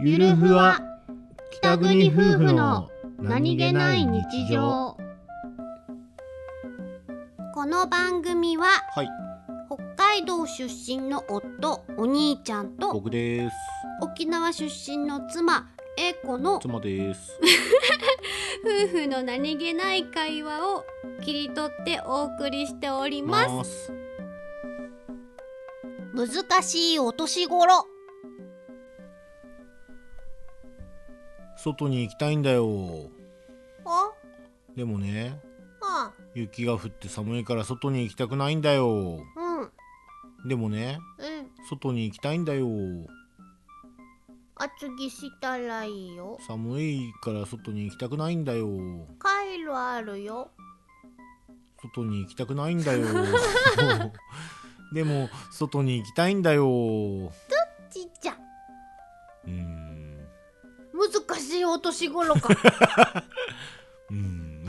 ゆるふわ北国夫婦のこの番組ははい北海道出身の夫お兄ちゃんと僕です沖縄出身の妻英子の夫妻です婦の何気ない会話を切り取ってお送りしておりますす難しいお年頃外に行きたいんだよあ、でもねあ、雪が降って寒いから外に行きたくないんだようん、うんでもね外に行きたいんだよ厚着したらいいよ寒いから外に行きたくないんだよカイロあるよ外に行きたくないんだよ でも外に行きたいんだよちっちゃうーん難しいお年頃かうーん